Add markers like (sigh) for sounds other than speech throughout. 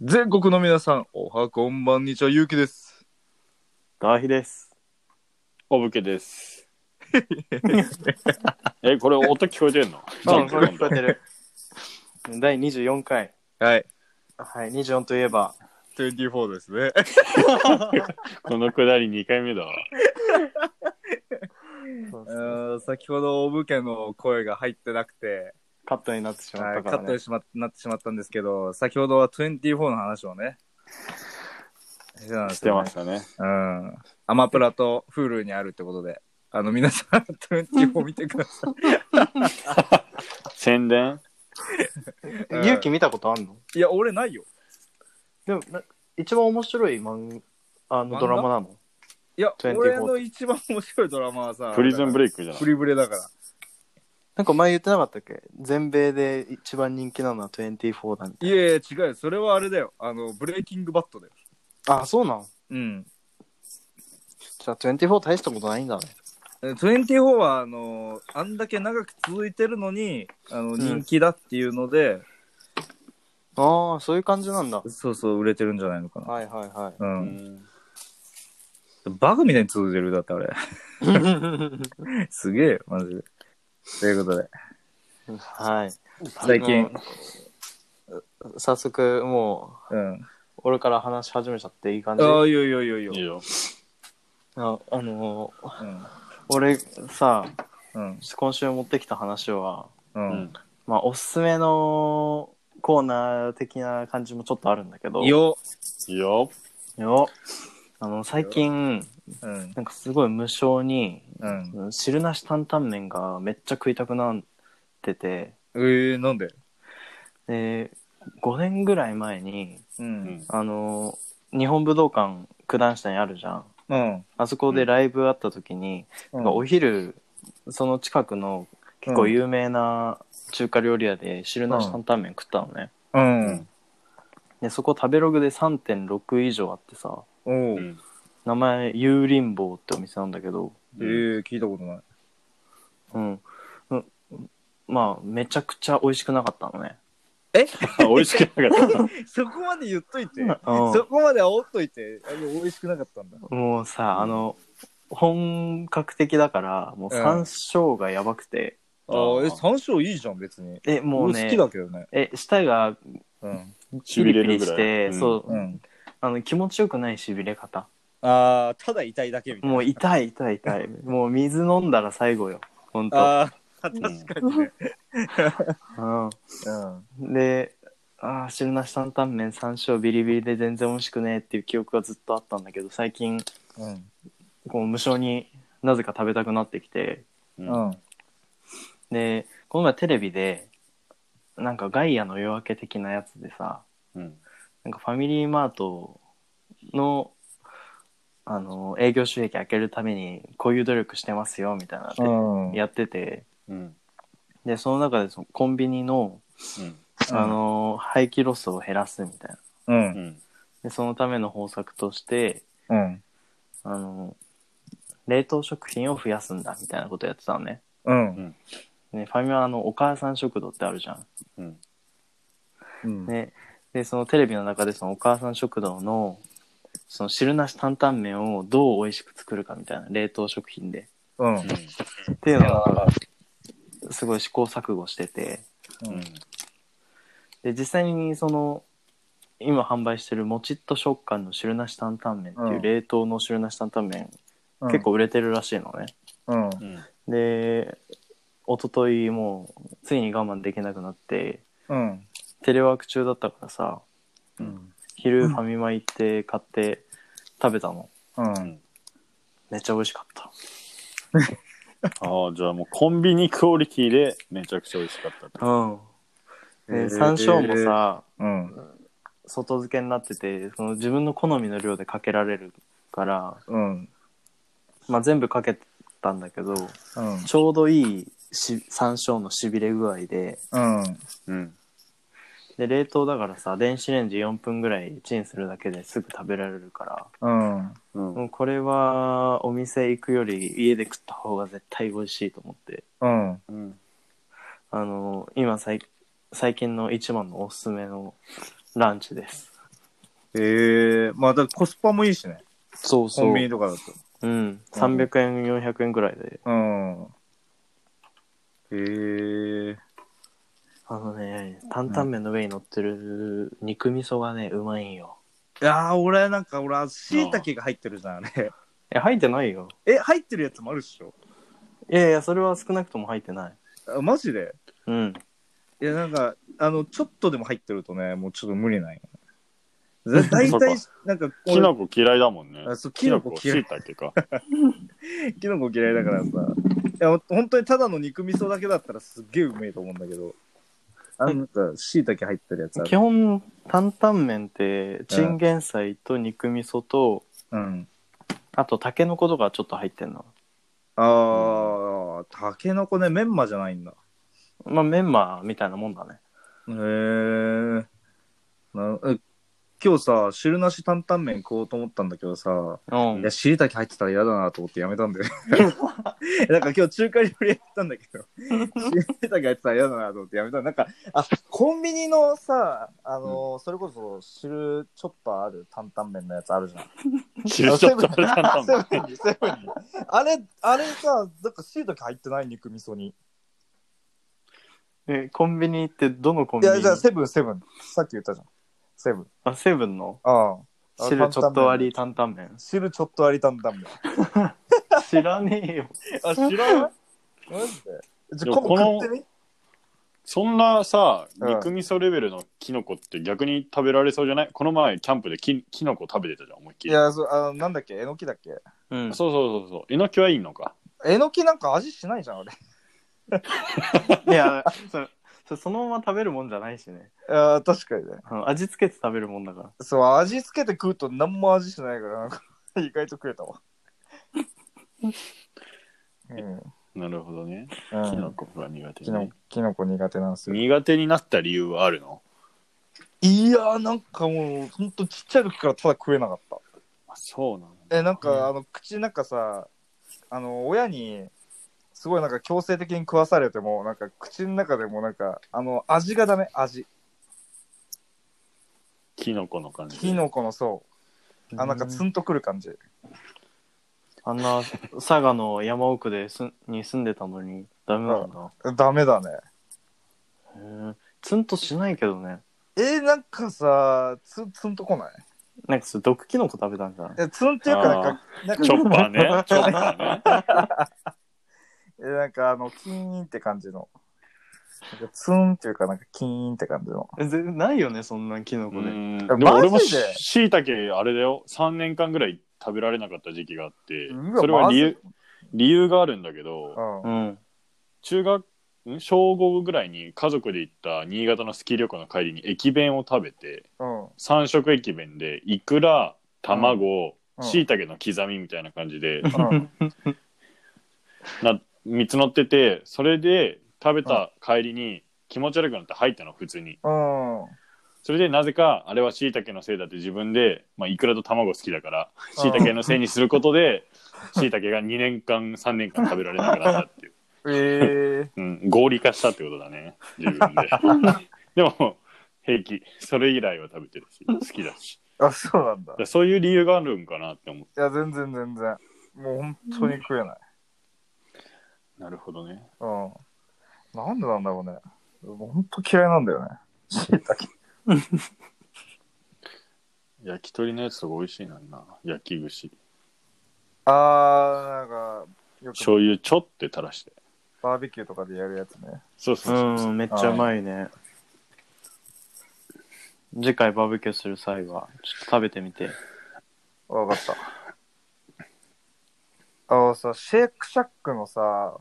全国の皆さん、おはこんばんにちは、ゆうきです。ダーヒです。おぶけです。え、これ音聞こえてんのうん、これ聞こえてる。第24回。はい、はい、24といえば、 24ですね。このくだり2回目だわ。先ほど、おぶけの声が入ってなくて、カットになってしまはっい、カたッからトねに。しまなってしまったんですけど、先ほどは24の話をね、してたんでしすてよまねしたね。うん。アマプラと Hulu にあるってことで、あの、皆さん、24見てくださ宣伝うん勇気見たことあんのい。いや、俺ないよ。でも、な一番面白い漫あ漫画のドラマなのいや、 24俺の一番面白いドラマはさ、プリズンブレレイクじゃなプいリブレだから。なんか前言ってなかったっけ全米で一番人気なのは24だみたいいやいや、違うよ。それはあれだよ。あの、ブレイキングバットだよ。な。あ、そうなのうん。じゃあ24大したことないんだね。え24はあのあんだけ長く続いてるのにあのん人気だっていうので、ああ、そういう感じなんだ。そうそう売れてるんじゃないのかな、はいはいはい。ううんんバグみたいに続いてるだって (laughs) あれすげえよマジでということではい。最近、早速、もう、うん、俺から話し始めちゃっていい感じああいいよいいよいいよいいよいいよ。ああのーうん俺さうん今週持ってきた話は、ううんん。まあ、おすすめのコーナー的な感じもちょっとあるんだけどよ、いいよ。よあの最近うんなんかすごい無性にうん、汁なし担々麺がめっちゃ食いたくなっててえー、なんでで5年ぐらい前にううんんあの日本武道館九段下にあるじゃんうん、あそこでライブあった時に、うんお昼その近くの結構有名な中華料理屋で汁なし担々麺食ったのね、うんでそこ食べログで3.6以上あってさおううえん名前油淋坊ってお店なんだけどえー、聞いたことないうん、うん、まあめちゃくちゃ美味しくなかったのね、あ美味しくなかった。そこまで言っといてうこまで煽っといてあの美味しくなかったんだん、もうさあの本格的だからもううん山椒がやばくて、あーえ山椒いいじゃん別にえもう俺ね好きだけどねえ舌がうんピリピリし痺れてるぐらいうんそう、うんあの気持ちよくないしびれ方ああただ痛いだけみたいなもう痛い痛い痛い。もう水飲んだら最後よ。ほんと。ああ (laughs) 確かにねうん、で、ああ、汁なし担々麺山椒ビリビリで全然美味しくねえっていう記憶がずっとあったんだけど、最近、うんこう無性になぜか食べたくなってきて、うんうんで、この前テレビで、なんかガイアの夜明け的なやつでさ、うんなんかファミリーマートの、あの、営業収益上げるためにこういう努力してますよ、みたいなのうんでやってて、うんで、その中でそのコンビニの、あの、廃棄ロスを減らすみたいうな。うんんで、そのための方策として、うんあの、冷凍食品を増やすんだみたいなことやってたのね。うんねファミマのお母さん食堂ってあるじゃん。うんうんね、で、そのテレビの中でそのお母さん食堂の、その汁なし担々麺をどう美味しく作るかみたいな、冷凍食品で。うんっていうのが、すごい試行錯誤してて。うんで、実際にその、今販売してるもちっと食感の汁なし担々麺っていううん冷凍の汁なし担々麺うん結構売れてるらしいのね。うんうんで、一昨日もう、ついに我慢できなくなって、うんテレワーク中だったからさ、うん昼ファミマ行って買って食べたの。うんめっちゃ美味しかった。ああ、じゃあもうコンビニクオリティでめちゃくちゃ美味しかったって。うん。へで、ー山椒もさ、うん外漬けになってて、その自分の好みの量でかけられるから、うんまあ全部かけたんだけど、うんちょうどいいし山椒のしびれ具合で、うんうん。で、冷凍だからさ、電子レンジ4分ぐらいチンするだけですぐ食べられるから、うんうんもうこれはお店行くより家で食った方が絶対美味しいと思ってうんうんあの今最最近の一番のおすすめのランチですええまあ、だってコスパもいいしね。そうコそンうビニ。とかだと。うん。300円、400円ぐらいで。うん。ええあのね、担々麺の上に乗ってる肉味噌がね、うまいんよ。いやー、俺なんか、俺、椎茸が入ってるじゃん、あれ。え、入ってないよ。 (laughs) え、入ってるやつもあるっしょいやいや、それは少なくとも入ってない。あマジでうん。いや、なんか、あの、ちょっとでも入ってるとね、もうちょっと無理なんよね。だいそうたいか、なんか、キノコ嫌いだもんね。あそうキノコ嫌いキノコ椎茸か。キノコ嫌いだからさ。いや、本当にただの肉味噌だけだったらすっげえうめえと思うんだけど。あの、なんか、椎茸入ってるやつあ基る。本、担々麺って、チンゲン菜と肉味噌と、うん。あと、タケノコとかちょっと入ってんの。あー、タケノコね、メンマじゃないんだ。まあ、メンマみたいなもんだね。へえーなえ。今日さ、汁なし担々麺食おうと思ったんだけどさ、うんいや、。椎茸入ってたら嫌だなと思ってやめたんだよね。なんか今日中華料理やったんだけど、椎茸入ってたら嫌だなと思ってやめた。なんか、あ、コンビニのさ、あのーそれこそ汁チョッパーある担々麺のやつあるじゃん。汁ちょっとあれだったんだ。セブンにセブンにあれ、あれさ、なんか椎茸入ってない肉味噌に。え、コンビニってどのコンいビニや、じゃあセブン、セブン。さっき言ったじゃん。セブン。あ、セブンのああ。汁ちょっと割り担々麺。汁ちょっとありたんだもん。 (laughs) 知らねえよ。あ、知らないマジでじゃあ、でもこ今の度食ってみそんなさ、うん肉味噌レベルのキノコって逆に食べられそうじゃないこの前、キャンプでキキノコ食べてたじゃん、思いっきいり。や、そう、あの、なんだっけえのきだっけうん。そうそうそうそう。えのきはいいのか。えのきなんか味しないじゃん、あれ。いや、そそそのまま食べるもんじゃないしね。 (laughs) あ確かにね。あの味付けて食べるもんだから。そう、味付けて食うと何も味しないから、なんか (laughs) 意外と食えた (laughs) わ。うん。なるほどね。うんキノコが苦手きね、のきのこ苦手なんですよ。苦手になった理由はあるのいやー、なんかもう、ほんとちっちゃい時からただ食えなかった。あそうなのえなんか、うんあの口なんかさあの親にすごいなんか強制的に食わされてもなんか口の中でもなんかあの味がダメ味キノコの感じ。キノコのそうあなんかツンとくる感じあんな佐賀の山奥ですんに住んでたのにダメなんだ。ダメだねへえツンとしないけどね。えー、なんかさツンツンとこないなんかそれ毒キノコ食べたんじゃないえツンっていうかなんかなんかチョッパ (laughs) ーね。チョッパーね。えなんかあのキーンって感じのなんかツンっていうかなんかキーンって感じのえぜないよね、そんなキノコで。うんえでも俺もマジしでいたけあれだよ3年間ぐらい食べられなかった時期があってうわそれは理由マ理由があるんだけうんどう、ん。中学ん小5ぐらいに家族で行った新潟のスキー旅行の帰りに駅弁を食べてうん3食駅弁でイクラ卵うんしいたけの刻みみたいな感じで (laughs) うん、な3つ乗っててそれで食べた帰りに気持ち悪くなって入ったの普通にうん、それでなぜかあれは椎茸のせいだって自分で、まあ、イクラと卵好きだから椎茸のせいにすることで椎茸が2年間3年間食べられなくなったっていう、えー、うん、合理化したってことだね自分ででも平気それ以来は食べてるし好きだしあそうなんだだからそういう理由があるんかなって思っいや、全然全然。もう本当に食えない。てなるほどねうん。なんでなんだろうね。もう本当嫌いなんだよね。椎茸。焼き鳥のやつとか美味しいのにな焼き串あー、なんか、よく醤油ちょって垂らしてバーベキューとかでやるやつね。そうそうそう、うん、めっちゃうまいね。次回バーベキューする際は、ちょっと食べてみて。わかった。あのさ、シェイクシャックのさ、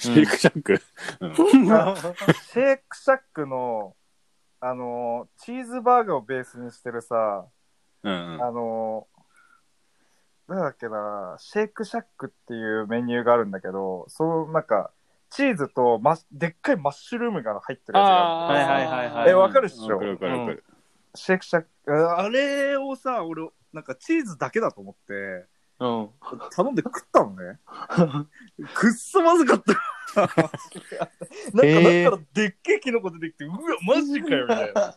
シェイクシャック、うんあシェイクシャックの、あの、チーズバーガーをベースにしてるさ、うんうんあの、なんだっけな、シェイクシャックっていうメニューがあるんだけど、そのなんか、チーズとマッでっかいマッシュルームが入ってるやつがああるはいーはいはいはい。えわかるっしょわかるわかるわかる、シェイクシャック、ああれをさ、俺、なんかチーズだけだと思って、うん。頼んで食ったのね。くっそまずかった。な (laughs) んか、えーなんかでっけえキノコ出てきて、うわ、マジかよ、みたいな。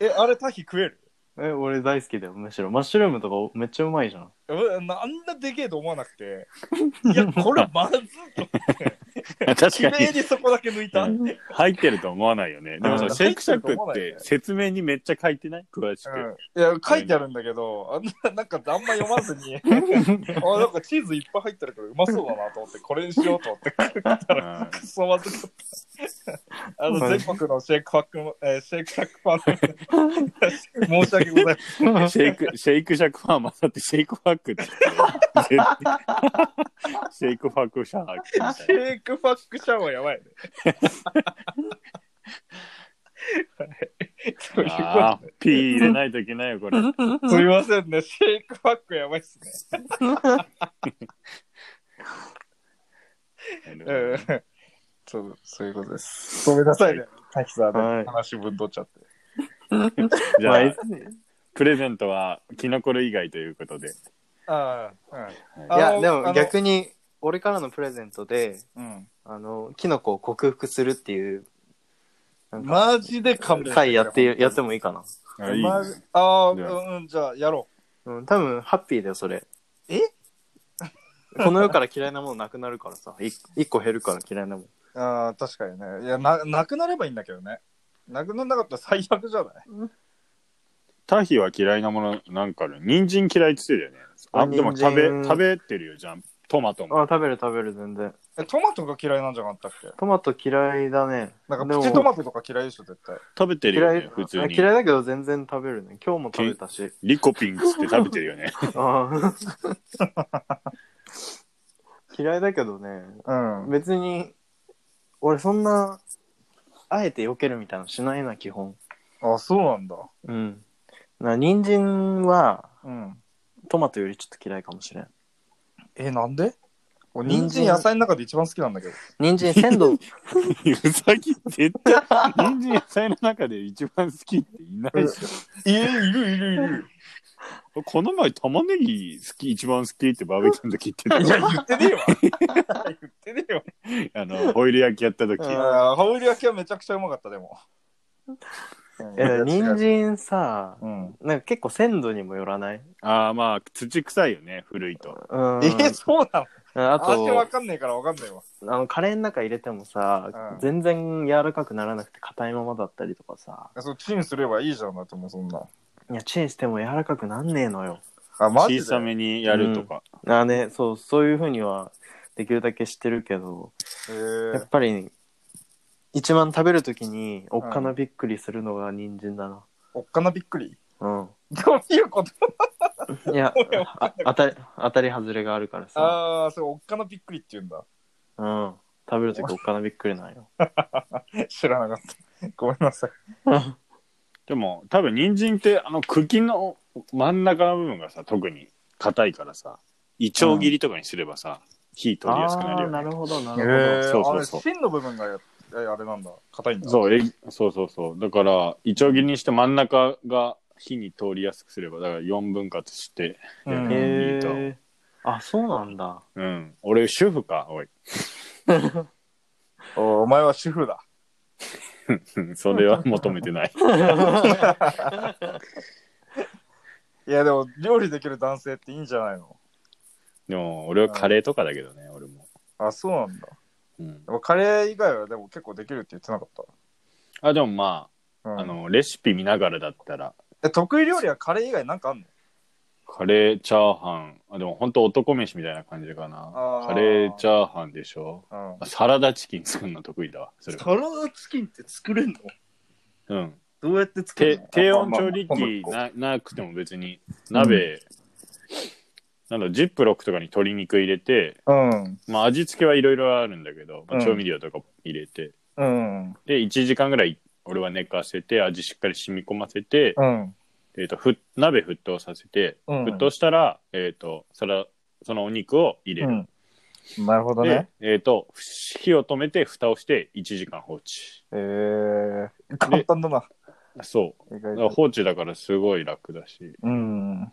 え、あれ、タヒ食えるええ俺大好きだよむしろマッシュルームとかめっちゃうまいじゃんうわあんなでけえと思わなくて、いや、これはまずいと思って、確綺かに麗にそこだけ抜いた。うん入ってると思わないよね。でもうさ、んシェイクシャック入ってると思っわないよてね説明にめっちゃ書いてない詳しく。うん、いや書いてあるんだけど、あんななんかあんま読まず (laughs) にあなんかチーズいっぱい入ってるからうまそうだなと思ってこれにしようと思ってうんクソまずかったあの全国のシェイクパックも、えーシェイクシャックファンの申し訳ございませんシェ (laughs) イク、シェイクシャックファーマーだってシェイクファックって言ってる絶対シェイクファックシャークみたいシェイクパックシャワーやばいねはいということでな。あー、ピー入れないといけないよ、これ。すみませんね、シェイクパックやばいっすね。うんそう、そういうことです。ごめんなさいね、滝沢はいで話ぶんどっちゃって。じまゃああ、プレゼントはキノコ類以外ということで。ああ、うん。いあやのであもの逆に俺からのプレゼントでうん、あのキノコを克服するっていうなんかマジで勘弁回やってやってもいいかな、あいいねマジああ、じゃうんうん、じゃあやろうん、多分ハッピーだよそれえ (laughs) この世から嫌いなものなくなるからさい一個減るから嫌いなもんう。ああ、確かにね。いやな、なくなればいいんだけどね。なくならなかったら最悪じゃないタヒは嫌いなものなんかある。人参嫌いって言ってたよね。あ、でも人食参べ、食べてるよ、じゃん。トマトも。あ食べる食べる全然え、トマトが嫌いなんじゃなかったっけトマト嫌いだねなんでかもプチトマトとか嫌いでしょ、絶対。食べてるよ嫌ねい、普通あに。嫌いだけど全然食べるね今日も食べたしリコピンつって食べてる (laughs) よね。ああ嫌いだけどねうん。別に俺そんなあえて避けるみたいなのしないな基本あ、そうなんだ。うんな人参はうん。トマトよりちょっと嫌いかもしれんえ、なんで俺人参人参野菜の中で一番好きなんだけど。人参鮮度うさぎ絶対、人参野菜の中で一番好きっていないでしえ、いるいるいる。ょ。この前玉ねぎ好き、一番好きってバーベキューの時言っいてや、言って (laughs) ねえわ。言ってねえわ。た。あの、ホイル焼きやった時。うんあー羽織焼きはめちゃくちゃうまかった、でも。え人参さうん。なんか結構鮮度にもよらないああ、まあ、土臭いよね、古いと。うんえそうなのあ味わとかんねえからわかんないわ。あのカレーの中入れてもさ、うん全然柔らかくならなくて硬いままだったりとかさそう、チンすればいいじゃんだってもうそんな。いやチンしても柔らかくなんねえのよあ、マジ小でさめにやるとか。あねそうそういうふうにはできるだけしてるけどえやーっぱり一番食べるときにおっかなびっくりするのが人参だな。おっかなびっくり。うん。どういうこといや俺、あ当たり、当たり外れがあるからさ。ああ、そう、おっかなびっくりって言うんだ。 (laughs) うん。食べるときおっかなびっくりなんよ。知らなかった。 (laughs) ごめんなさい。でも、多分人参って、あの、茎の真ん中の部分がさ、特に硬いからさ、胃腸切りとかにすればさ、火取りやすくなるあーよなね。るほど、なえるそうそうそうあれ芯の部分がやえあれなんだ。硬いんだ。そうえそうそうそうだから胃腸切りにして真ん中が火に通りやすくすればだから4分割してうほんど。えへいいとえ。あ、そうなんだ。うん俺主婦かおい (laughs) おお前は主婦だ。それは求めてないいや、でも、料理できる男性っていいんじゃないのでも俺はカレーとかだけどね俺も、あ、そうなんだ。うんで、もカレー以外はでも結構できるって言ってなかっあでもまた。うあ、ん、あのレシピ見ながらだったらえ得意料理はカレー以外なんかあんのカレーチャーハンあでも本当男飯みたいな感じかなあーカレーチャーハンでしょうんあサラダチキン作るの得意だわそれはサラダチキンって作れんのうんどうやって作てるの低温調理器あまあまあななくても別に鍋、なんだジップロックとかに鶏肉入れて、うん。まあ、味付けはいろいろあるんだけど、まあうん調味料とか入れてうん。で1時間ぐらい俺は寝かせて味しっかり染み込ませて、うん。えー、とふ鍋沸騰させて、うん沸騰したら、えー、とそれそのお肉を入れうる、ん。なるほどでね。、えー、と火を止めて蓋をして1時間放置えー、簡単だな。そう意外だからと。放置だからすごい楽だしうん。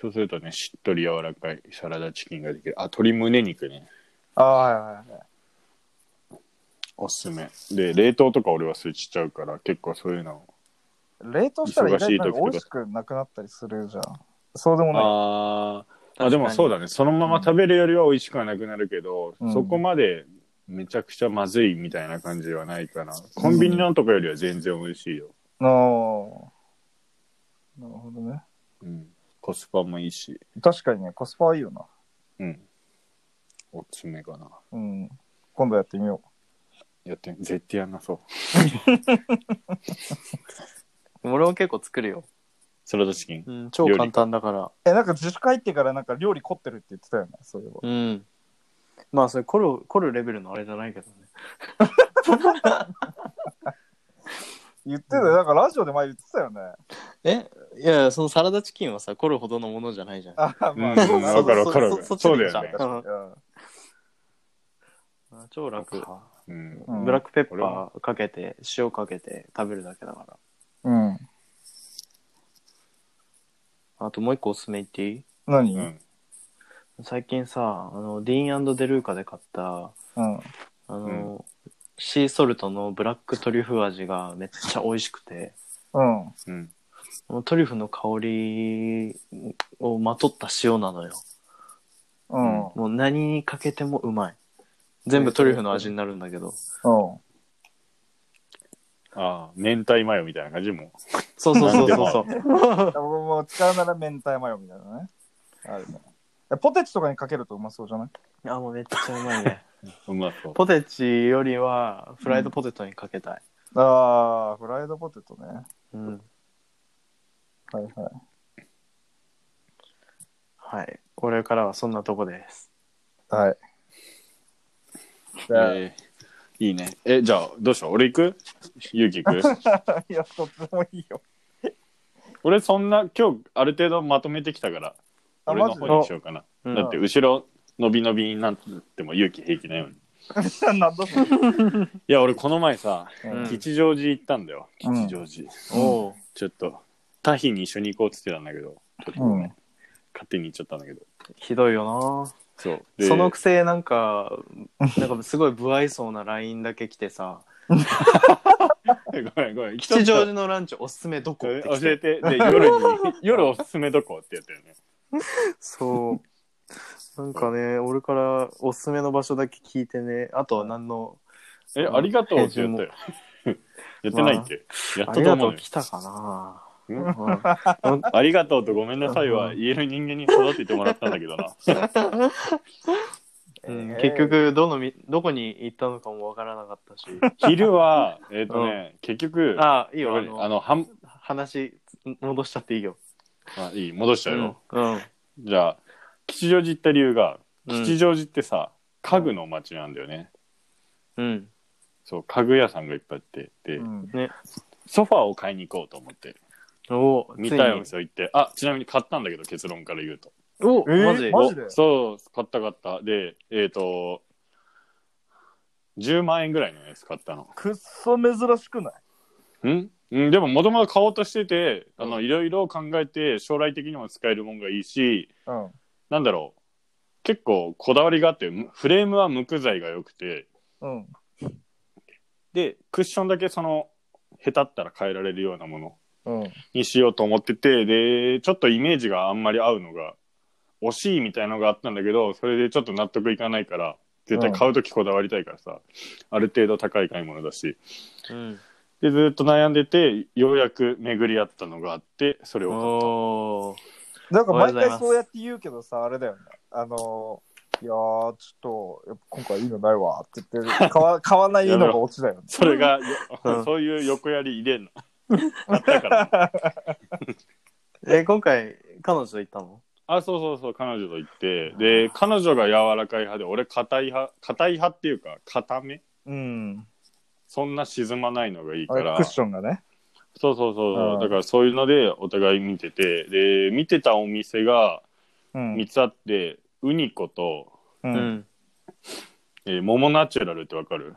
そうするとね、しっとり柔らかいサラダチキンができる。あ、鶏胸肉ね。ああ、はいはい。おすすめ。で、冷凍とか俺はそれちっちゃうから、結構そういうのを冷凍したら意忙し外いと時とか美味しくなくなったりするじゃん。そうでもない。あーあでもそうだねそのまま食べるよりは美味しくはなくなるけど、うんそこまでめちゃくちゃまずいみたいな感じはないかなコンビニのとかよりは全然美味しいよ、なあなるほどね。うん、コスパもいいし、確かにね、コスパはいいよな。うん、おすすめかなうん。今度やってみよやって絶対やんなそう俺も結構作るよ、サラダチキンうん、超簡単だからう。え、なんか自粛入ってからなんか料理凝ってるって言ってたよね、そういえば。うんまあそれ凝る凝るレベルのあれじゃないけどね言ってたよ、なんかラジオで前言ってたよね。えいやそのサラダチキンはさ凝るほどのものじゃないじゃんあ、まあ、うんうんわかるわかるそそそそうだよね確かにうんあ超楽うんうんブラックペッパーかけて塩かけて食べるだけだからうん。あともう一個おすすめ言っていい何ううん。ん最近さあのディーンデルーカで買ったあの、シーソルトのブラックトリュフ味がめっちゃ美味しくてうん。うんもうトリュフの香りをまとった塩なのようん。うん。もう何にかけてもうまい全部トリュフの味になるんだけどああ明太マヨみたいな感じもそうそうそうそうそう僕も使うなら明太マヨみたいなね。あるね。えポテチとかにかけるとうまそうじゃないあもうめっちゃうまいねうまそうポテチよりはフライドポテトにかけたい、ああ、フライドポテトね。うんはいはい。はいこれからはそんなとこですはい。じゃあ、えーいいねえじゃあどうしよう俺行くゆうき行くいや、とってもいいよ。俺そんな今日ある程度まとめてきたからあ、俺マのジ方にしようかなうんだって後ろ伸び伸びになっても勇気平気なように。でなんだそれ。いや俺この前さ、うん吉祥寺行ったんだようん吉祥寺、おうちょっと他日に一緒に行こうっつってたんだけどちょっとごめん、うん勝手に行っちゃったんだけどひどいよそうなでそのくせなんかなんかすごい不愛想な LINE だけ来て (laughs) さごめんごめん吉祥寺のランチおすすめどこちょっってと来教えててで夜 (laughs) に夜おすすめどこってやったよねそうなんかね俺からおすすめの場所だけ聞いてねあとは何のえうんありがとうってやったよやってないって、やあったりとが思とううよ来たかなうんうんありがとうとごめんなさいは言える人間に育ててもらったんだけどなうんえー結、局どのみどこに行ったのかもわからなかったし (laughs) 昼はえっ、とね、結局あいいやよっぱありのあのはん話戻しちゃっていいよあいい戻しちゃうよ、うんうんじゃあ吉祥寺行った理由がうん吉祥寺ってさ、家具の街なんだよねうんそう家具屋さんがいっぱいあってで、うん、ソファーを買いに行こうと思ってお見たいおよ店行ってあちなみに買ったんだけど結論から言うとおえーマジマジでおそう買った買ったでえっ、と10万円ぐらいのやつ買ったのくっそ珍しくないんうんでももともと買おうとしててあうのんいろいろ考えて将来的にも使えるもんがいいしうん。なんだろう結構こだわりがあってむフレームは無垢材が良くてうん。でクッションだけそのへたったら変えられるようなものうん。にしようと思っててでちょっとイメージがあんまり合うのが惜しいみたいのがあったんだけどそれでちょっと納得いかないから絶対買う時こだわりたいからさ、ある程度高い買い物だしうんでずっと悩んでてようやく巡り合ったのがあってそれをおーなんか毎おはようござい回ますそうやって言うけどさ、あれだよね。あのー、いやー、ちょっと、やっぱ今回いいのないわって言って、買わ買わないのがオチだよね。それが、うん (laughs) そういう横やり入れんのあったからえ今回彼女と行ったのあそうそうそう彼女と行ってで彼女が柔らかい派で俺硬い派硬い派っていうか硬めうん。そんな沈まないのがいいかあれらクッションがね。そうそうそう、うんだからそういうのでお互い見ててで見てたお店がうん。 3つあって、ウニコと、う。うんえーモモナチュラルってわかる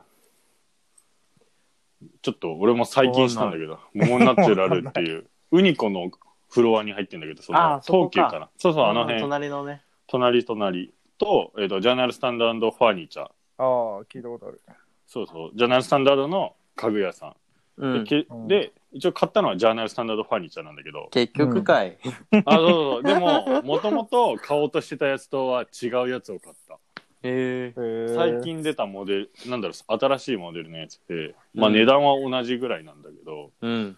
ちょっと俺も最近したんだけどモモナチュラルっていうウニコのフロアに入ってんだけどそあのーそこか東急かなそうそうあの辺隣のね隣隣と,、えー、とジャーナルスタンダードファーニチャーああ、聞いたことある。そうそうジャーナルスタンダードの家具屋さんうん、でけうんで一応買ったのはジャーナルスタンダードファーニチャーなんだ (laughs) けど結局かい。あそうそう (laughs) でももともと買おうとしてたやつとは違うやつを買ったえ最近出たモデルなんだろう新しいモデルのやつで、まあ、うん値段は同じぐらいなんだけど、うん。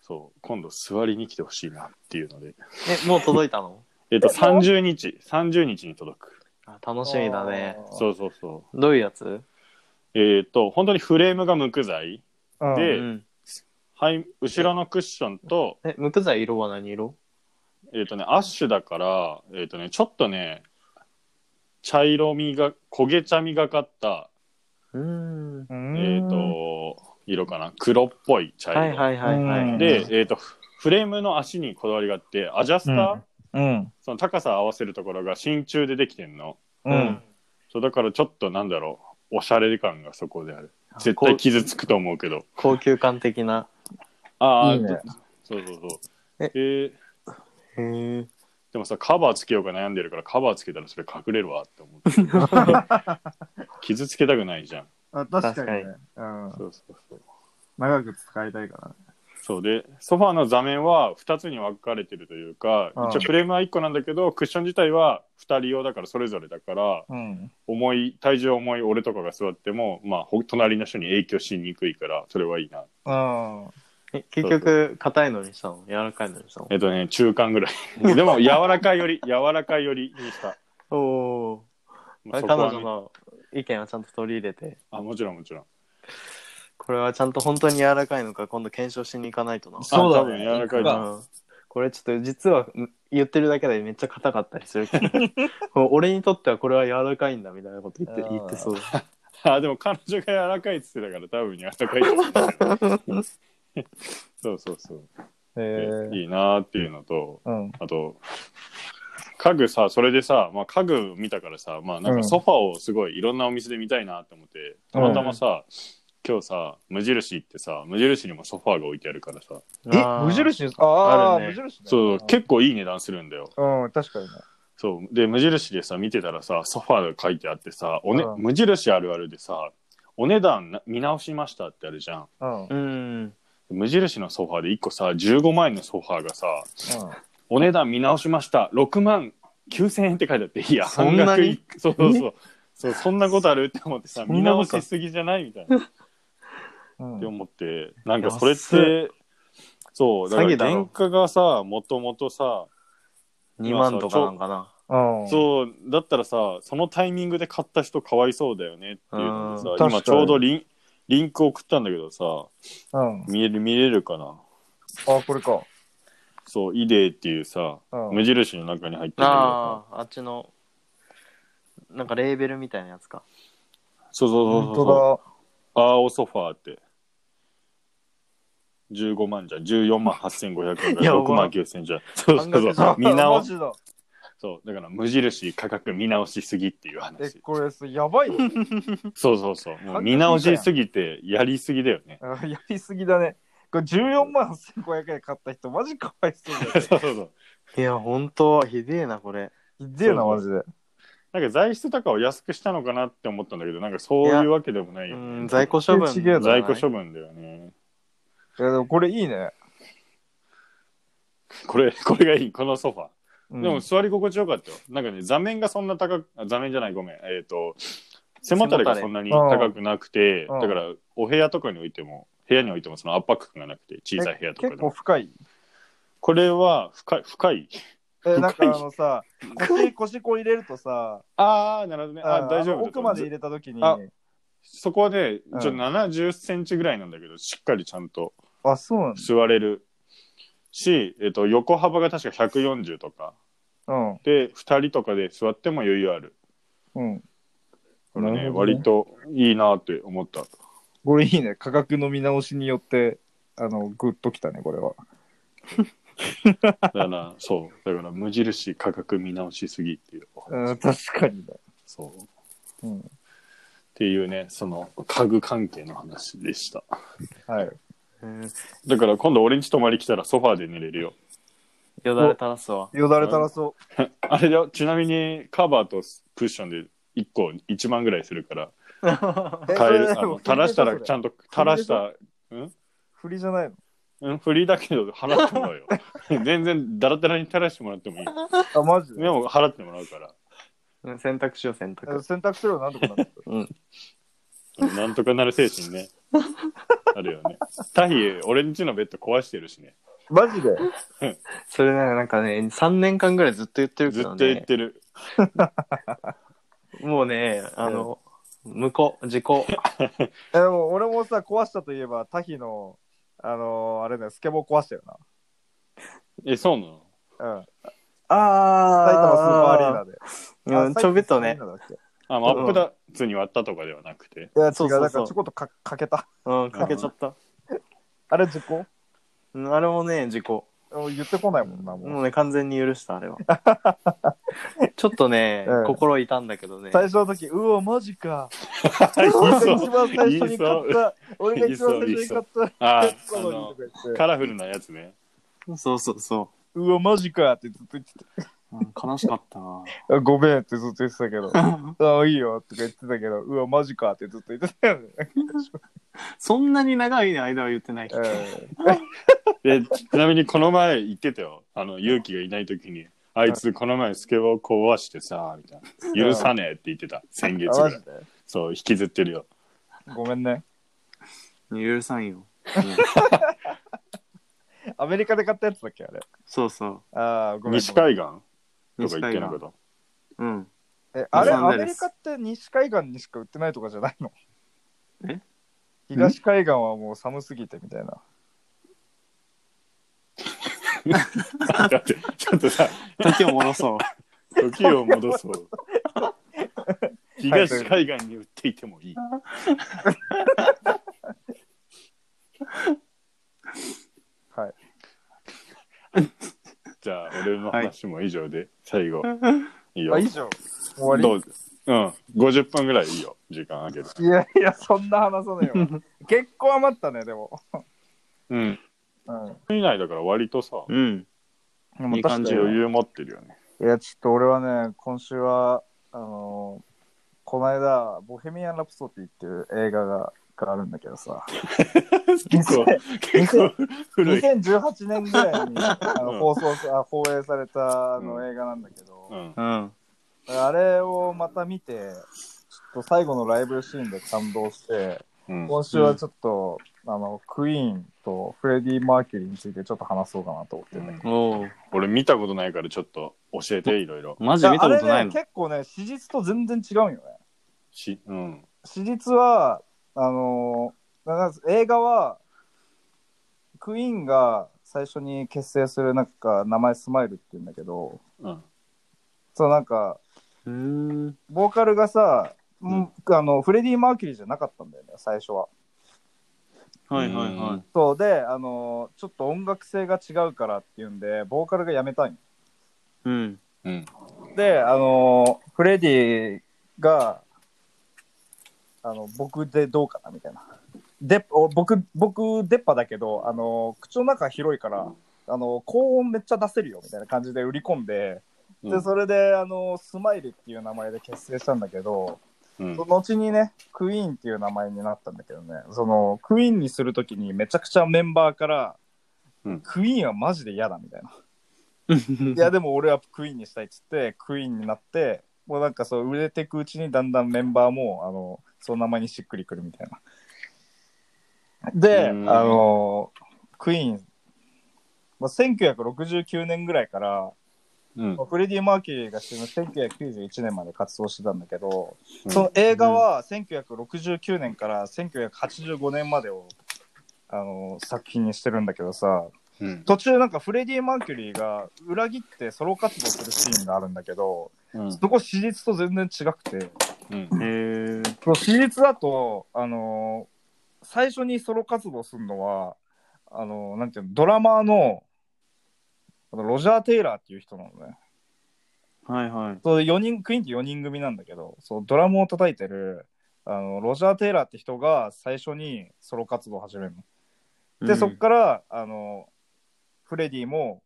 そう今度座りに来てほしいなっていうのでえ、もう届いたのえっと30日30日に届くあ楽しみだね。うそうそうそどういうやつうえっと本当にフレームが無垢材んでうん。はい、後ろのクッションと、え、無垢材色は何色えっ、とね、アッシュだから、えっ、とね、ちょっとね、茶色みが、焦げ茶みがかった、うーん。うえっ、んと、色かな、黒っぽい茶色。はいはいはいはい。で、えっ、と、フレームの足にこだわりがあって、アジャスター、うんうんその高さ合わせるところが真鍮でできてんの。うんうんそう、だからちょっとなんだろう、おしゃれ感がそこである。あ絶対傷つくと思うけど。高級感的な。ああ、いいねそうそうそう。ええーへえ。でもさカバーつけようか悩んでるからカバーつけたらそれ隠れるわって思って (laughs) 傷つけたくないじゃんあ確かにねうんそうそうそう長く使いたいからねそうでソファーの座面は2つに分かれてるというかうん一応フレームは1個なんだけどクッション自体は2人用だからそれぞれだからうん重い体重重い俺とかが座ってもまあほ隣の人に影響しにくいからそれはいいなうんえ結局、硬いのにしたの柔らかいのにしたのえっとね中間ぐらいでも柔らかいより柔らかいよりにしたおおー。あまあれそ彼こは女ねの意見はちゃんと取り入れて。あもちろんもちろんこれはちゃんと本当に柔らかいのか今度検証しに行かないとな。そうだあ多分ね柔らかいと思ううんこれちょっと実はん言ってるだけでめっちゃ硬かったりするけど (laughs) こう俺にとってはこれは柔らかいんだみたいなこと言ってあー言ってそう。あでも彼女が柔らかいっつってたから多分柔らかいと思うんだよ (laughs) そうそうそう、へえいいなーっていうのとうんあと家具さそれでさ、まあ、家具見たからさ、まあ、なんうかんソファーをすごいいろんなお店で見たいなって思ってたまたまさ、今日さ無印行ってさ無印にもソファーが置いてあるからさ、えあー無印ですかあああるね無印ねそううん結構いい値段するんだようん確かにねそうで無印でさ見てたらさソファーが書いてあってさお、ねうん無印あるあるでさお値段な見直しましたってあるじゃんうんうんうん。無印のソファーで1個さ15万円のソファーがさお値段見直しました6万9000円って書いてあっていやそん半なに額いそうそうそうそうそんなことあるって思ってさそんなこと見直しすぎじゃないみたいなっうんて思ってなんかそれってそうだか詐ら欺だろ原価がさもともとさ2万とかなんかな。うんそうだったらさそのタイミングで買った人かわいそうだよねっていうのうでん確さか今にちょうどリンリンク送ったんだけどさうんあ見える見れるかなこれかそうイデーっていうさうん無印の中に入ってるんだけどさああ、あっちの、なんかレーベルみたいなやつか。そうそうそう本そうそう。当青ソファーって。15万じゃん。14万8500円かやらば6万9000円じゃん。そう半額そうじそゃう。だ見マ直し、ジだそう。だから無印価格見直しすぎっていうえ話。これそれやばい (laughs) ねそうそうそう。も半額以下うやん見直しすぎてやりすぎだよね。うんやりすぎだねこれ14万8500円で買った人マジかわいそうだよそうそうそう。いや、ほんと、ひでえな、これ。ひでえなマジでなんか材質とかを安くしたのかなって思ったんだけど、なんかそういうわけでもないうよん、ね。在庫処分。全然違うな在庫処分だよね。いやでもこれいいねこれ、これがいい。このソファー。うんでも座り心地よかったよ。なんかね、座面がそんな高く、あ座面じゃない、ごめん。えっ、と、背もたれがそんなに高くなくて、うんだから、お部屋とかに置いても、部屋に置いてもその圧迫感がなくて、小さい部屋とかで結構も。深いこれは、深い、深い。えなんかあのさ腰腰こう入れるとさああ、なるほどね。あうんー大丈あの夫だと奥思うまで入れた時にあそこはね、うちょんっと70センチぐらいなんだけど、しっかりちゃんとあそうなんだ座れるし、えっ、と、横幅が確か140とか。うんで、2人とかで座っても余裕ある。うんこれなね、るほどね割といいなって思った。これいいね価格の見直しによってあのグッときたねこれはだから、そう。だから、無印価格見直しすぎっていうお話。うん確かにねそう。っうんていうね、その、家具関係の話でした。はいうんだから、今度俺ん家泊まり来たらソファーで寝れるよ。よだれ垂らすわ。よだれ垂らそあれだよ、ちなみに、カバーとクッションで1個1万ぐらいするから、うえ買える。それあの垂らしたら、ちゃんと垂らした、振りじゃないのうん、フリーだけど払ってもらうよ。 (laughs) 全然ダラダラに垂らしてもらってもいい。あ、マジでも払ってもらうから。 (laughs) うん選択しよう、選択。選択すればなんとかなる。うん。なんとかなる精神ね。あるよね。タヒ、俺んちのベッド壊してるしね。マジでそれね、なんかね、3年間ぐらいずっと言ってるずけっどと言っね、てる。もうね、あの、無効、時効。えでも俺もさ、壊したといえば、タヒの、あのーあれだよ、スケボー壊したよな。え、そうなのうん。あ埼玉スーパーアリーナで。あうん、ちょびっとね。。あ、マップダッツに割ったとかではなくて。いや、違う、そうそうそうだからちょこっとかかけた。うん、かけちゃった。あれ、事故うんあれもね、時効。もう言ってこないもんな、もう。もうね、完全に許した、あれは。ちょっとね、うん心痛んだけどね。最初の時、うお、マジか。言い俺がそう一番最初に買言いっそた。俺が一番最初に買った。あ買っあたのにのとか、言ってカラフルなやつね。そうそうそうお、マジかってずっと言ってう。うん悲しかったな。 (laughs) た。あごめんってずっと言ってたけど。ああ、いいよとか言ってたけど、うわ、マジかってずっと言ってたよね。そんなに長い間は言ってないけど。でちなみにこの前言ってたよ。あの、勇気がいない時に。あいつこの前スケボー壊してさ、みたいな。許さねえって言ってた。先月あぐマらジい。でそう、引きずってるよ。ごめんね。許さんよ。アメリカで買ったやつだっけあれ。そうそああ、ごめん。西海岸う。とか言ってなかっ西海た。岸うん。え、あれ、ロサアンゼメルリスカって西海岸にしか売ってないとかじゃないのえ東海岸はもう寒すぎてみたいな。だって、ちょっとさ、時を戻そう。時を (laughs) 戻そう。東海岸に売っていてもいい。はい。じゃあ、俺の話も以上で、(laughs) 最後。いいよあ、。以上。終わりどうぞうん。50分ぐらいいいよ。時間あげる。いやいや、そんな話さない (laughs) よ。結構余ったね、でも。うん。うん。以内だから割とさ、うん。でもいい感じ確か余裕持ってるよ (laughs) ね。にいや、ちょっと俺はね、今週は、あのーこの間、ボヘミアン・ラプソディっていう映画ががあるんだけどさ。結構、結構古い。 2018年ぐらいにあうのん放送さ、放映されたあうの映画なんだけど、うん。うん。あれをまた見て、ちょっと最後のライブシーンで感動して、うん。今週はちょっと、あの、クイーンとフレディ・マーキュリーについてちょっと話そうかなと思ってね。おお。俺見たことないからちょっと教えていろいろ。マジ見たことあなれね、いの。結構ね、史実と全然違うんよね。し、うん。史実は、あのーなんか映画は、クイーンが最初に結成するなんか名前スマイルって言うんだけど、うん。そうなんか、うーん。ボーカルがさ、うんんあのフレディ・マーキュリーじゃなかったんだよね、最初は。はいはいはい。そうで、あのちょっと音楽性が違うからっていうんで、ボーカルがやめたいんようん。うん。で、あのフレディが、あの僕でどうかなみたいな。でお僕、僕、出っ歯だけど、あの口の中広いから、あの高音めっちゃ出せるよみたいな感じで売り込んで、うで、んそれで、あのスマイルっていう名前で結成したんだけど、うんそ。の後にね、クイーンっていう名前になったんだけどね、そのクイーンにするときにめちゃくちゃメンバーから、うんクイーンはマジで嫌だみたいな。いや、でも俺はクイーンにしたいっつって、クイーンになって、もうなんかそう、売れてくうちにだんだんメンバーも、あの、その名前にしっくりくるみたいな。で、あうんの、クイーン、まあ、1969年ぐらいから、うんま (laughs) あフレディ・マーキュリーが死ぬ1991年まで活動してたんだけど、その映画は1969年から1985年までを、あの作品にしてるんだけどさうん。途中なんかフレディ・マーキュリーが裏切ってソロ活動するシーンがあるんだけどうん。そこ史実と全然違くてう (laughs) ん。へえ。その史実だと、あの最初にソロ活動するのはあのなんていうのドラマーのあのロジャー・テイラーっていう人なのね。はいはい。そう4人クイーンって4人組なんだけどそうドラムを叩いてるあのロジャー・テイラーって人が最初にソロ活動を始めるの。で、うんそっ。からあのフレディも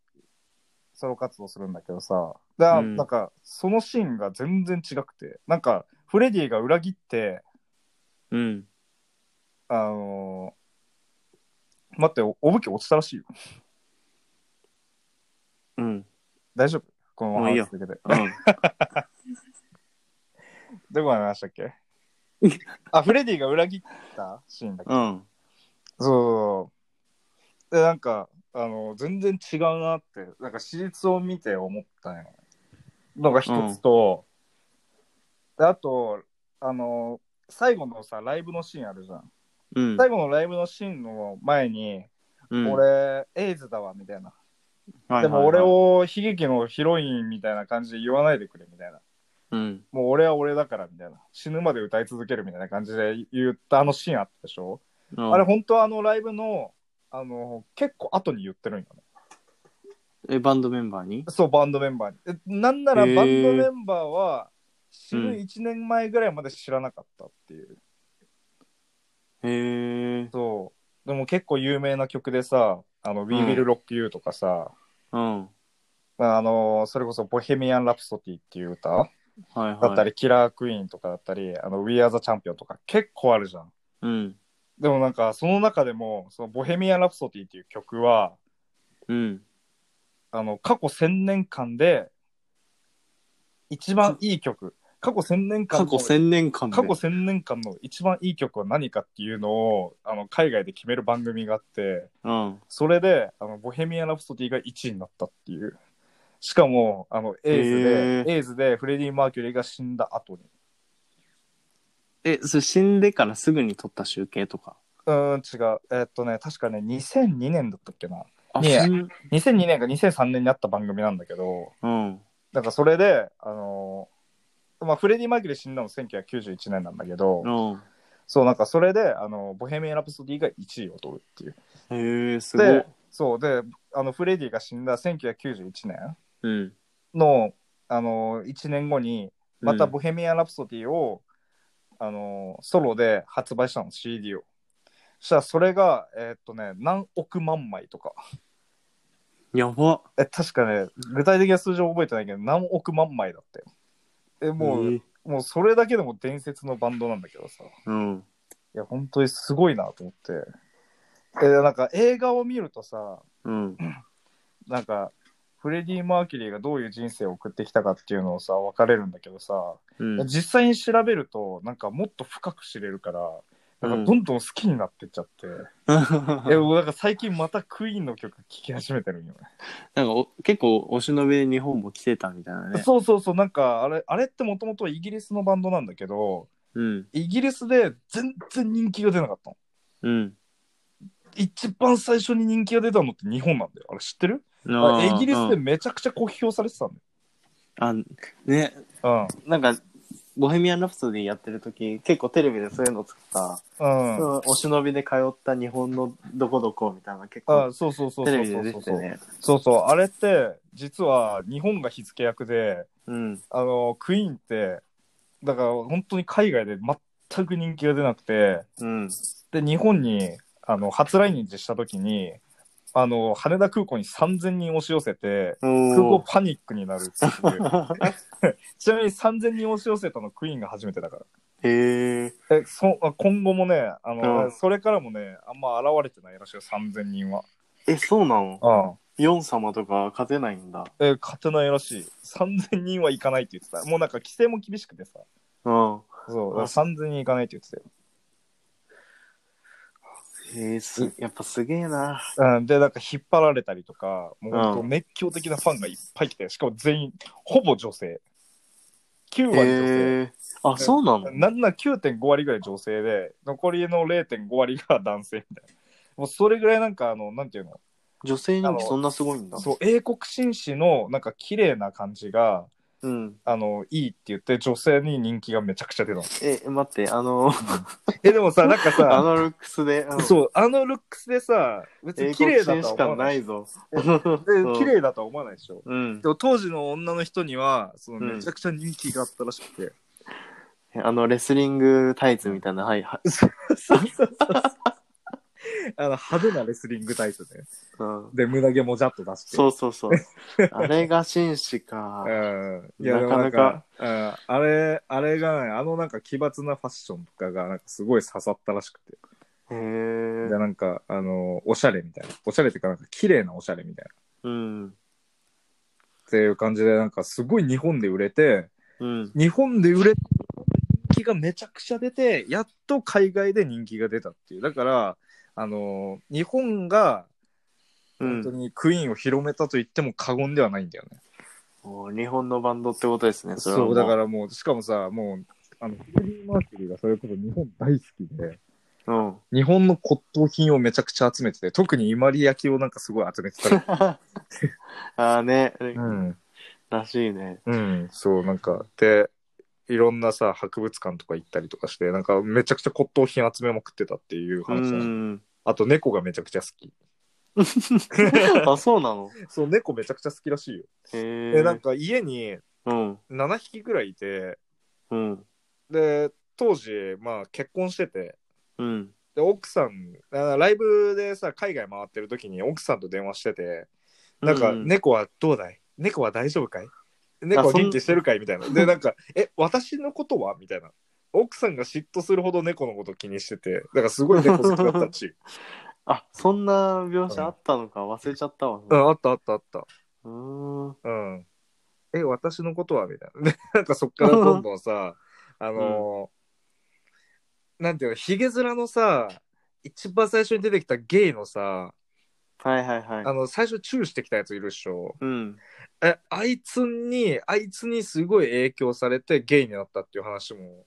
ソロ活動するんだけどさだ、うんなんかそのシーンが全然違くてなんかフレディが裏切ってうん。あの待って、おお武器落ちたらしいよ。うん。大丈夫このまもういいまよ続けて。うん。どこまで話したっけあ、フレディが裏切ったシーンだっけ、うん。そう。で、なんか、あの、全然違うなって、なんか、史実を見て思ったよ。のが一つと、であと、あの、最後のさ、ライブのシーンあるじゃん。うん。最後のライブのシーンの前に、うん、俺、エイズだわ、みたいな。はいはいはいでも俺、を悲劇のヒロインみたいな感じで言わないでくれ、みたいな。うん。もう俺は俺だから、みたいな。死ぬまで歌い続けるみたいな感じで言ったあのシーンあったでしょ、うんあれ、本当はあのライブの、あの、結構後に言ってるんよね。え、バンドメンバーにそう、バンドメンバーに。えなんならへーバンドメンバーは、死ぬ1年前ぐらいまで知らなかったっていう。へえ。そう。でも結構有名な曲でさ、あの、We Will Rock You とかさ、うん。はあの、それこそボヘミアン・ラプソディっていう歌、いはい。だったり、。キラークイーンとかだったり、あの、We Are the Champion とか結構あるじゃん。うん。でもなんか、その中でも、そのボヘミアン・ラプソディっていう曲は、うん。あの、過去1000年間で、一番いい曲。過去1000年間過の去1000年間で。過去1000年間の一番いい曲は何かっていうのを、あの、海外で決める番組があって、うん。それで、あの、ボヘミアン・ラプソディが1位になったっていう。しかも、あの、エイズで、エイズでフレディ・マーキュリーが死んだ後に。え、それ死んでからすぐに撮った集計とか。うーん、違う。えーっとね、確かね、2002年だったっけな。あ、いやそん2002年か2003年にあった番組なんだけど、うん。なんかそれで、あのーまあ、フレディ・マーキュリー死んだの1991年なんだけど、うん。そう、なんかそれで、あの、ボヘミアン・ラプソディが1位を取るっていう。へえ、すごいで。、そう、で、あの、フレディが死んだ1991年うん。の、あのー、1年後に、またボヘミアン・ラプソディを、あのーソロで発売したの、CD を。そしたらそれが、えーっとね、何億万枚とか。うん、やば。え、確かね、具体的な数字は覚えてないけど、何億万枚だったよ。え、もう、えーもうそれだけでも伝説のバンドなんだけどさ。いうん。や、本当にすごいなと思って。え、なんか映画を見るとさ、うん。なんか、フレディ・マーキュリーがどういう人生を送ってきたかっていうのをさ、分かれるんだけどさ、うん。 (laughs) 実際に調べると、なんかもっと深く知れるから、なんかどんどん好きになってっちゃって。え、もうなんか最近またクイーンの曲聴き始めてるんよね。なんかお結構お忍びで日本も来てたみたい (laughs) なね。そうそうそう、なんかあれ、あれってもともとイギリスのバンドなんだけど、うん。イギリスで全然人気が出なかったの。うん。一番最初に人気が出たのって日本なんだよ。あれ知ってるあーイギリスうでんめちゃくちゃ酷評されてたんあ、ね、だよ。なんか、ボヘミアン・ラプソディやってる時結構テレビでそういうの作った、うん。うん。お忍びで通った日本のどこどこみたいなの結あ構そうそうそうテそレうビそうそで出うててそう。ね。そうそう。あれって、実は日本が火付け役で、うん。あの、クイーンって、だから本当に海外で全く人気が出なくて、うん。で、日本に、あの、初来日した時に、あの、羽田空港に3000人押し寄せて、空港おーパニックになるっていう。 (laughs) (laughs) ちなみに3000人押し寄せたのクイーンが初めてだかへえ。ら。え、そあ今後もね、あの、うんそれからもね、あんま現れてないらしいよ、3000人は。え、そうなのうヨン様とか勝てないんだ。ん。え、勝てないらしい。3000人はいかないって言ってた。もうなんか規制も厳しくてさ。うん。そう、あだから3000人いかないって言ってたよ。へえ、す、やっぱすげえな。うん、で、なんか引っ張られたりとか、もうほんとうん熱狂的なファンがいっぱい来て、しかも全員、ほぼ女性。9割へ女性。え。あ、そうなのなんなら9.5割ぐらい女性で、残りの0.5割が男性みたいな。もうそれぐらいなんか、あの、なんていうの女性人気そんなすごいんだ。そう英国紳士のなんか綺麗な感じがうん。あのいいって言って女性に人気がめちゃくちゃ出たのえ、待って、あの、 (laughs) えでもさなんかあさのルックスで、うんそうあのルックスでさ別英に綺国麗だとは人し思かわなないいぞ。でうん綺麗だとは思わないでしょうん。でも当時の女の人にはそのうんめちゃくちゃ人気があったらしくて、あの、レスリングタイツみたいな、はい、はい。あの派手なレスリングタイプでうんで胸毛もじゃっと出してそううそ (laughs) うそう。あれが紳士か。ん、いやでなもかななんかかうん、あれあれがねあのなんか奇抜なファッションとかがなんかすごい刺さったらしくてへじゃえ。なんか、あの、おしゃれみたいな。おしゃれっていうか、なんか綺麗なおしゃれみたいな。うん。っていう感じで、なんかすごい日本で売れて、うん。日本で売れ、人気がめちゃくちゃ出て、やっと海外で人気が出たっていう。だから、あの、日本がう本当ん。にクイーンを広めたと言っても過言ではないんだよね。もう日本のバンドってことですね、それはそもう、だからもう、しかもさ、もう、あの、フレディ・マーキュリーがそれこそ日本大好きで、うん。 (laughs) 日本の骨董品をめちゃくちゃ集めてて、特に伊万里焼をなんかすごい集めてたり。ああね、うん。らしいね。うん、そう、なんか、で、いろんなさ、博物館とか行ったりとかして、なんかめちゃくちゃ骨董品集めまくってたっていうう話、ん。あと猫がめちゃくちゃ好き。あ、そうなのそう、猫めちゃくちゃ好きらしいよ。へで、え。なんか家にうん。 7匹ぐらいいて、うん。で、当時、まあ結婚してて、うん。で奥さんあライブでさ海外回ってる時に奥さんと電話しててなんか、うん猫はどうだい猫は大丈夫かい猫はそん元気してるかいみたいなでなんか (laughs) 「え私のことは?」みたいな奥さんが嫉妬するほど猫のこと気にしててだからすごい猫好きだったらしいあ、そんな描写あったのか忘れちゃった (laughs) わ。うんあったあったあったうん。うんえ私のことはみたいなでなんかそっからどんどんさあのーなんていうのヒゲ面のさ一番最初に出てきたゲイのさはいはいはあい。の最初チューしてきたやついるっしょうん。えあいつにあいつにすごい影響されてゲイになったっていう話も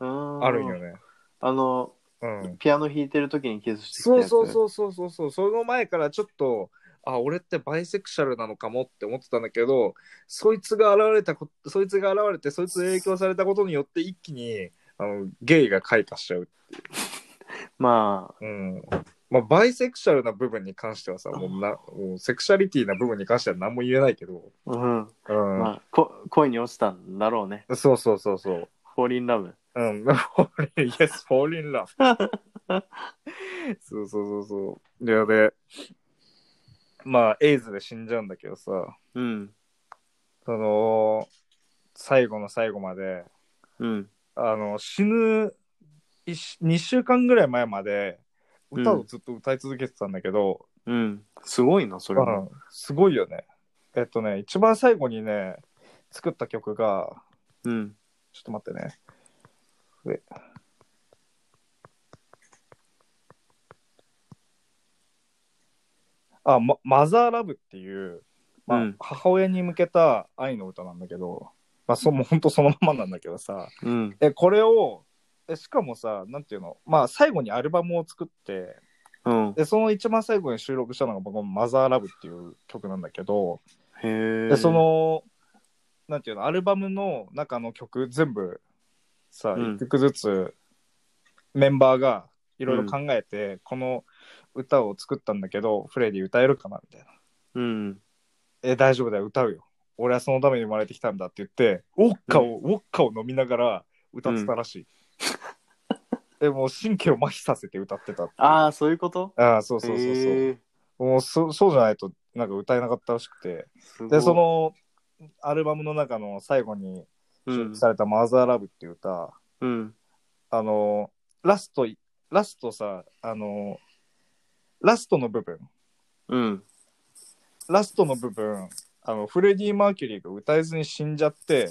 ああるんよ。ねあの、うんピアノ弾いてる時にキスしてきたそうやつそうう。そうそうそうそうその前からちょっとあ俺ってバイセクシャルなのかもって思ってたんだけどそいつが現れたこそいつが現れてそいつに影響されたことによって一気にあのゲイが開花しちゃう、まあ、うんまあ、バイセクシャルな部分に関してはさもうなもうセクシャリティな部分に関しては何も言えないけど、うん。うんまあ、こ恋に落ちたんだろうね。そうそうそうそうフォーリンラブ。うん、 (laughs) 俺 yes, fall in (laughs) love. そうそうそうそう。いやで、まあ、エイズで死んじゃうんだけどさ、うん。その、最後の最後まで、うん。あの、死ぬ2週間ぐらい前まで、歌をずっと歌い続けてたんだけど、うん。すごいな、それうも。ん、すごいよね。えっとね、一番最後にね、作った曲が、うん。ちょっと待ってね。であ、ま、マザーラブっていう、まあうん母親に向けた愛の歌なんだけど、まあ、そもう本当そのままなんだけどさ、うん。え、これを、えしかもさ、なんていうの、まあ、最後にアルバムを作って、うん。で、その一番最後に収録したのが、僕のマザーラブっていう曲なんだけど、へえ。でそ、のなんていうのアルバムの中の曲全部さうん一曲ずつメンバーがいろいろ考えて、この歌を作ったんだけどフレディ歌えるかなみたいなうん。 「え大丈夫だよ歌うよ俺はそのために生まれてきたんだ」って言ってウォッカを、ウォッカを飲みながら歌ってたらしい、でもう神経を麻痺させて歌ってたっていうああ、そういうことああそうそうそうそう、へえもうそそうじゃないとなんか歌えなかったらしくてすごいでそ、のアルバムの中の最後にう収ん録。された「マザーラブ」っていう歌、うん。あのラストラストさあのラストの部分うん。ラストの部分あのフレディ・マーキュリーが歌えずに死んじゃって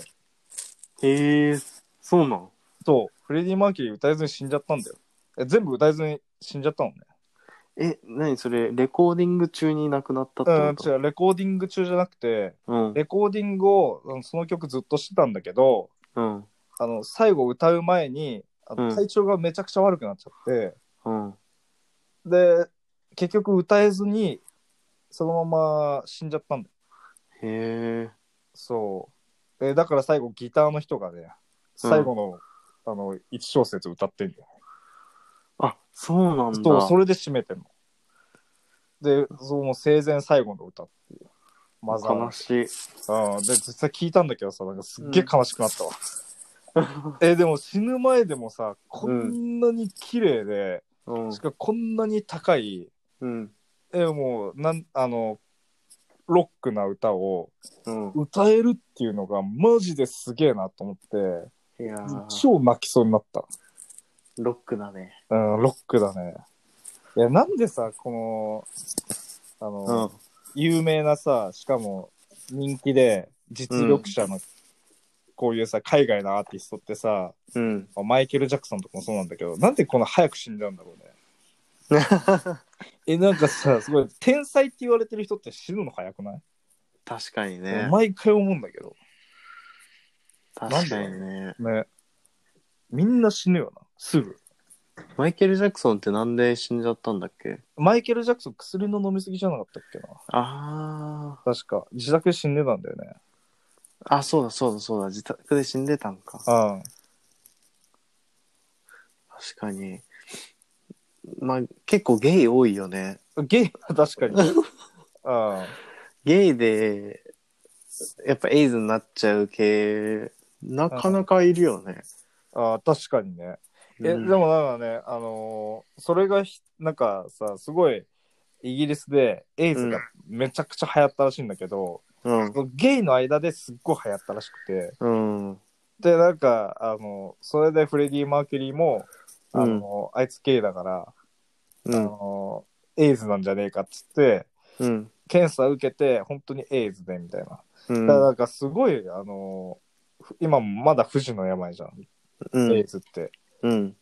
へえ、そうなのそうフレディ・マーキュリー歌えずに死んじゃったんだよえ全部歌えずに死んじゃったのねえ、なにそれ、レコーディング中に亡くなったってうんこと違うレコーディング中じゃなくてうん。レコーディングをあのその曲ずっとしてたんだけどうん。あの最後歌う前にあうのん体調がめちゃくちゃ悪くなっちゃって、うん。で結局歌えずにそのまま死んじゃったんだよへえ。そうでだから最後ギターの人がね最後の,、あの1小節歌ってんだよあ、そうなんだ。そうそれで締めてんのでそうもう生前最後の歌っていうマザー悲しい。うんで実際聞いたんだけどさなんかすっげえ悲しくなったわ、えでも死ぬ前でもさこんなに綺麗で、うんし。かもこんなに高いうん。えもうなんあのロックな歌をうん。歌えるっていうのがマジですげえなと思っていやー超泣きそうになったロックだね。うん、ロックだね。いや、なんでさ、この、あの、有名なさ、しかも人気で実力者の、こういうさ、海外のアーティストってさ、 (laughs) うん。マイケル・ジャクソンとかもそうなんだけど、なんでこの早く死んじゃうんだろうね。え、なんかさ、 (laughs) すごい、天才って言われてる人って死ぬの早くない、確かにね。毎回思うんだけど。確かにね。ね。みんな死ぬよな、すぐ。マイケル・ジャクソンってなんで死んじゃったんだっけマイケル・ジャクソン薬の飲みすぎじゃなかったっけなあ確か。自宅で死んでたんだよね。あ。あ、そうだそうだそうだ。自宅で死んでたんか。うん。確かに。まあ、結構ゲイ多いよね。ゲイは確かに。 (laughs) あゲイで、やっぱエイズになっちゃう系、なかなかいるよね。あ、確かにね。え、うんでもなんかね、あのーそれがひ、なんかさ、すごい、イギリスでエイズがめちゃくちゃ流行ったらしいんだけど、うん。ゲイの間ですっごい流行ったらしくて、うん。で、なんか、あの、それでフレディ・マーキュリーも、あの、あいつゲイだから、うあん。の、エイズなんじゃねえかっつって、うん。検査受けて、本当にエイズで、みたいな。うだからん。なんかすごい、あのふ今もまだ不治の病じゃん、うエイん。ズって。うん。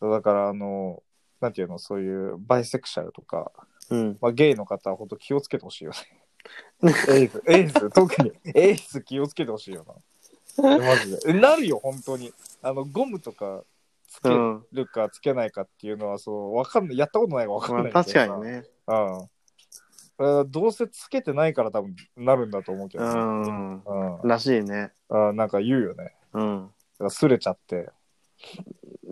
だから、あのなんていうの、そういうバイセクシャルとか、うん。まあ、ゲイの方は本当気をつけてほしいよ (laughs) ね。エイズ、エイズ、特に、エイズ気をつけてほしいよ (laughs) な。えマジで。えなるよ、本当に。あの、ゴムとかつけうん。るかつけないかっていうのは、そう、わかんない。やったことないからわかんまなあいけどさ確かに。ね。うんえー。どうせつけてないから多分なるんだと思うけどうね、ん。うん。らしいね。あーなんか言うよね。うん。だからすれちゃって、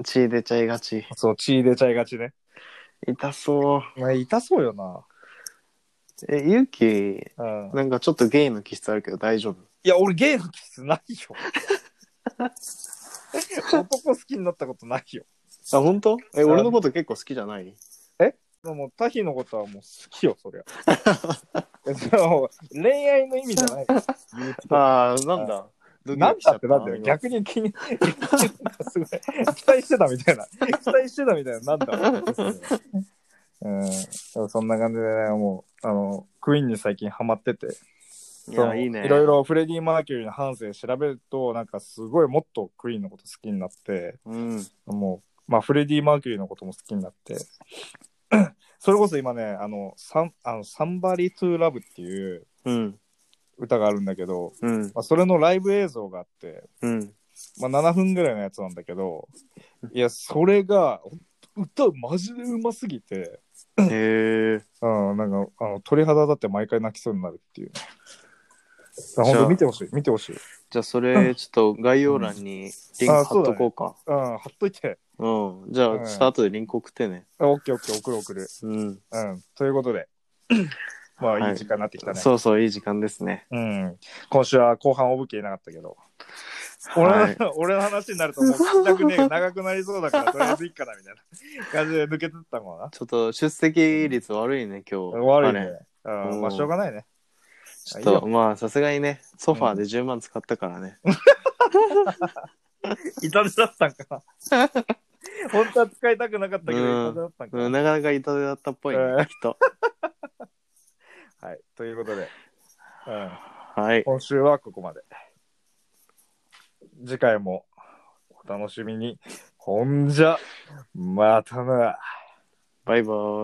血出ちゃいがち。そう、血出ちゃいがちね。痛そう。まあ、痛そうよな。え、ゆうき、うん。なんかちょっとゲイの気質あるけど大丈夫いや、俺ゲイの気質ない (laughs) よ。男好きになったことないよ。あ、本当？え、うん俺のこと結構好きじゃないもう、タヒのことはもう好きよ、そりゃ。 (laughs) えでも恋愛の意味じゃないから。言うてああ、なんだ。なんだってなんだよ。逆逆に気に、すごい。期待してたみたいな。期待してたみたいな。なんだうん。そんな感じでね、もう、あの、クイーンに最近ハマってて。いそや、ういいね。いろい。ろフレディ・マーキュリーの半生調べると、なんかすごいもっとクイーンのこと好きになって、うん。もう、まあフレディ・マーキュリーのことも好きになって、 (clears throat) それこそ今ね、あの、サンあのサンバリー・トゥ・ラブっていううん。歌があるんだけど、うん。まあ、それのライブ映像があって、うん。まあ7分ぐらいのやつなんだけど、いや、それが、歌マジでうますぎて、へえ。うん、なんか、あの鳥肌だって毎回泣きそうになるっていう。本当見てほしい、見てほしい。じゃあ、それ、ちょっと概要欄にリンクあ貼っとこうか。うん、貼っといて。うん。じゃうあ、んちょっと後でリンク送ってね。あオッケーオッケー、送る送る。うん。うん。ということ (clears throat) で、まはあ、いいい時間になってきたね。そうそう、いい時間ですね。うん。今週は後半、おぶけいなかったけど。俺の,、はい。俺の話になると、もう聞きたくねえよ長くなりそうだから、とりあえずいいかな、みたいな感じで抜けてったもんな。ちょっと、出席率悪いね、今日。悪いあねれ。。ううんん、まあ、しょうがないね。ちょっと、まあ、さすがにね、ソファーで10万使ったからね。痛手だったんかな。 (laughs) 本当は使いたくなかったけど、うん痛手だったんかな。うん、なかなか痛手だったっぽいねうん、きっと。はい。ということで、うん、はい。今週はここまで。次回もお楽しみに。ほんじゃ、またな。バイバーイ。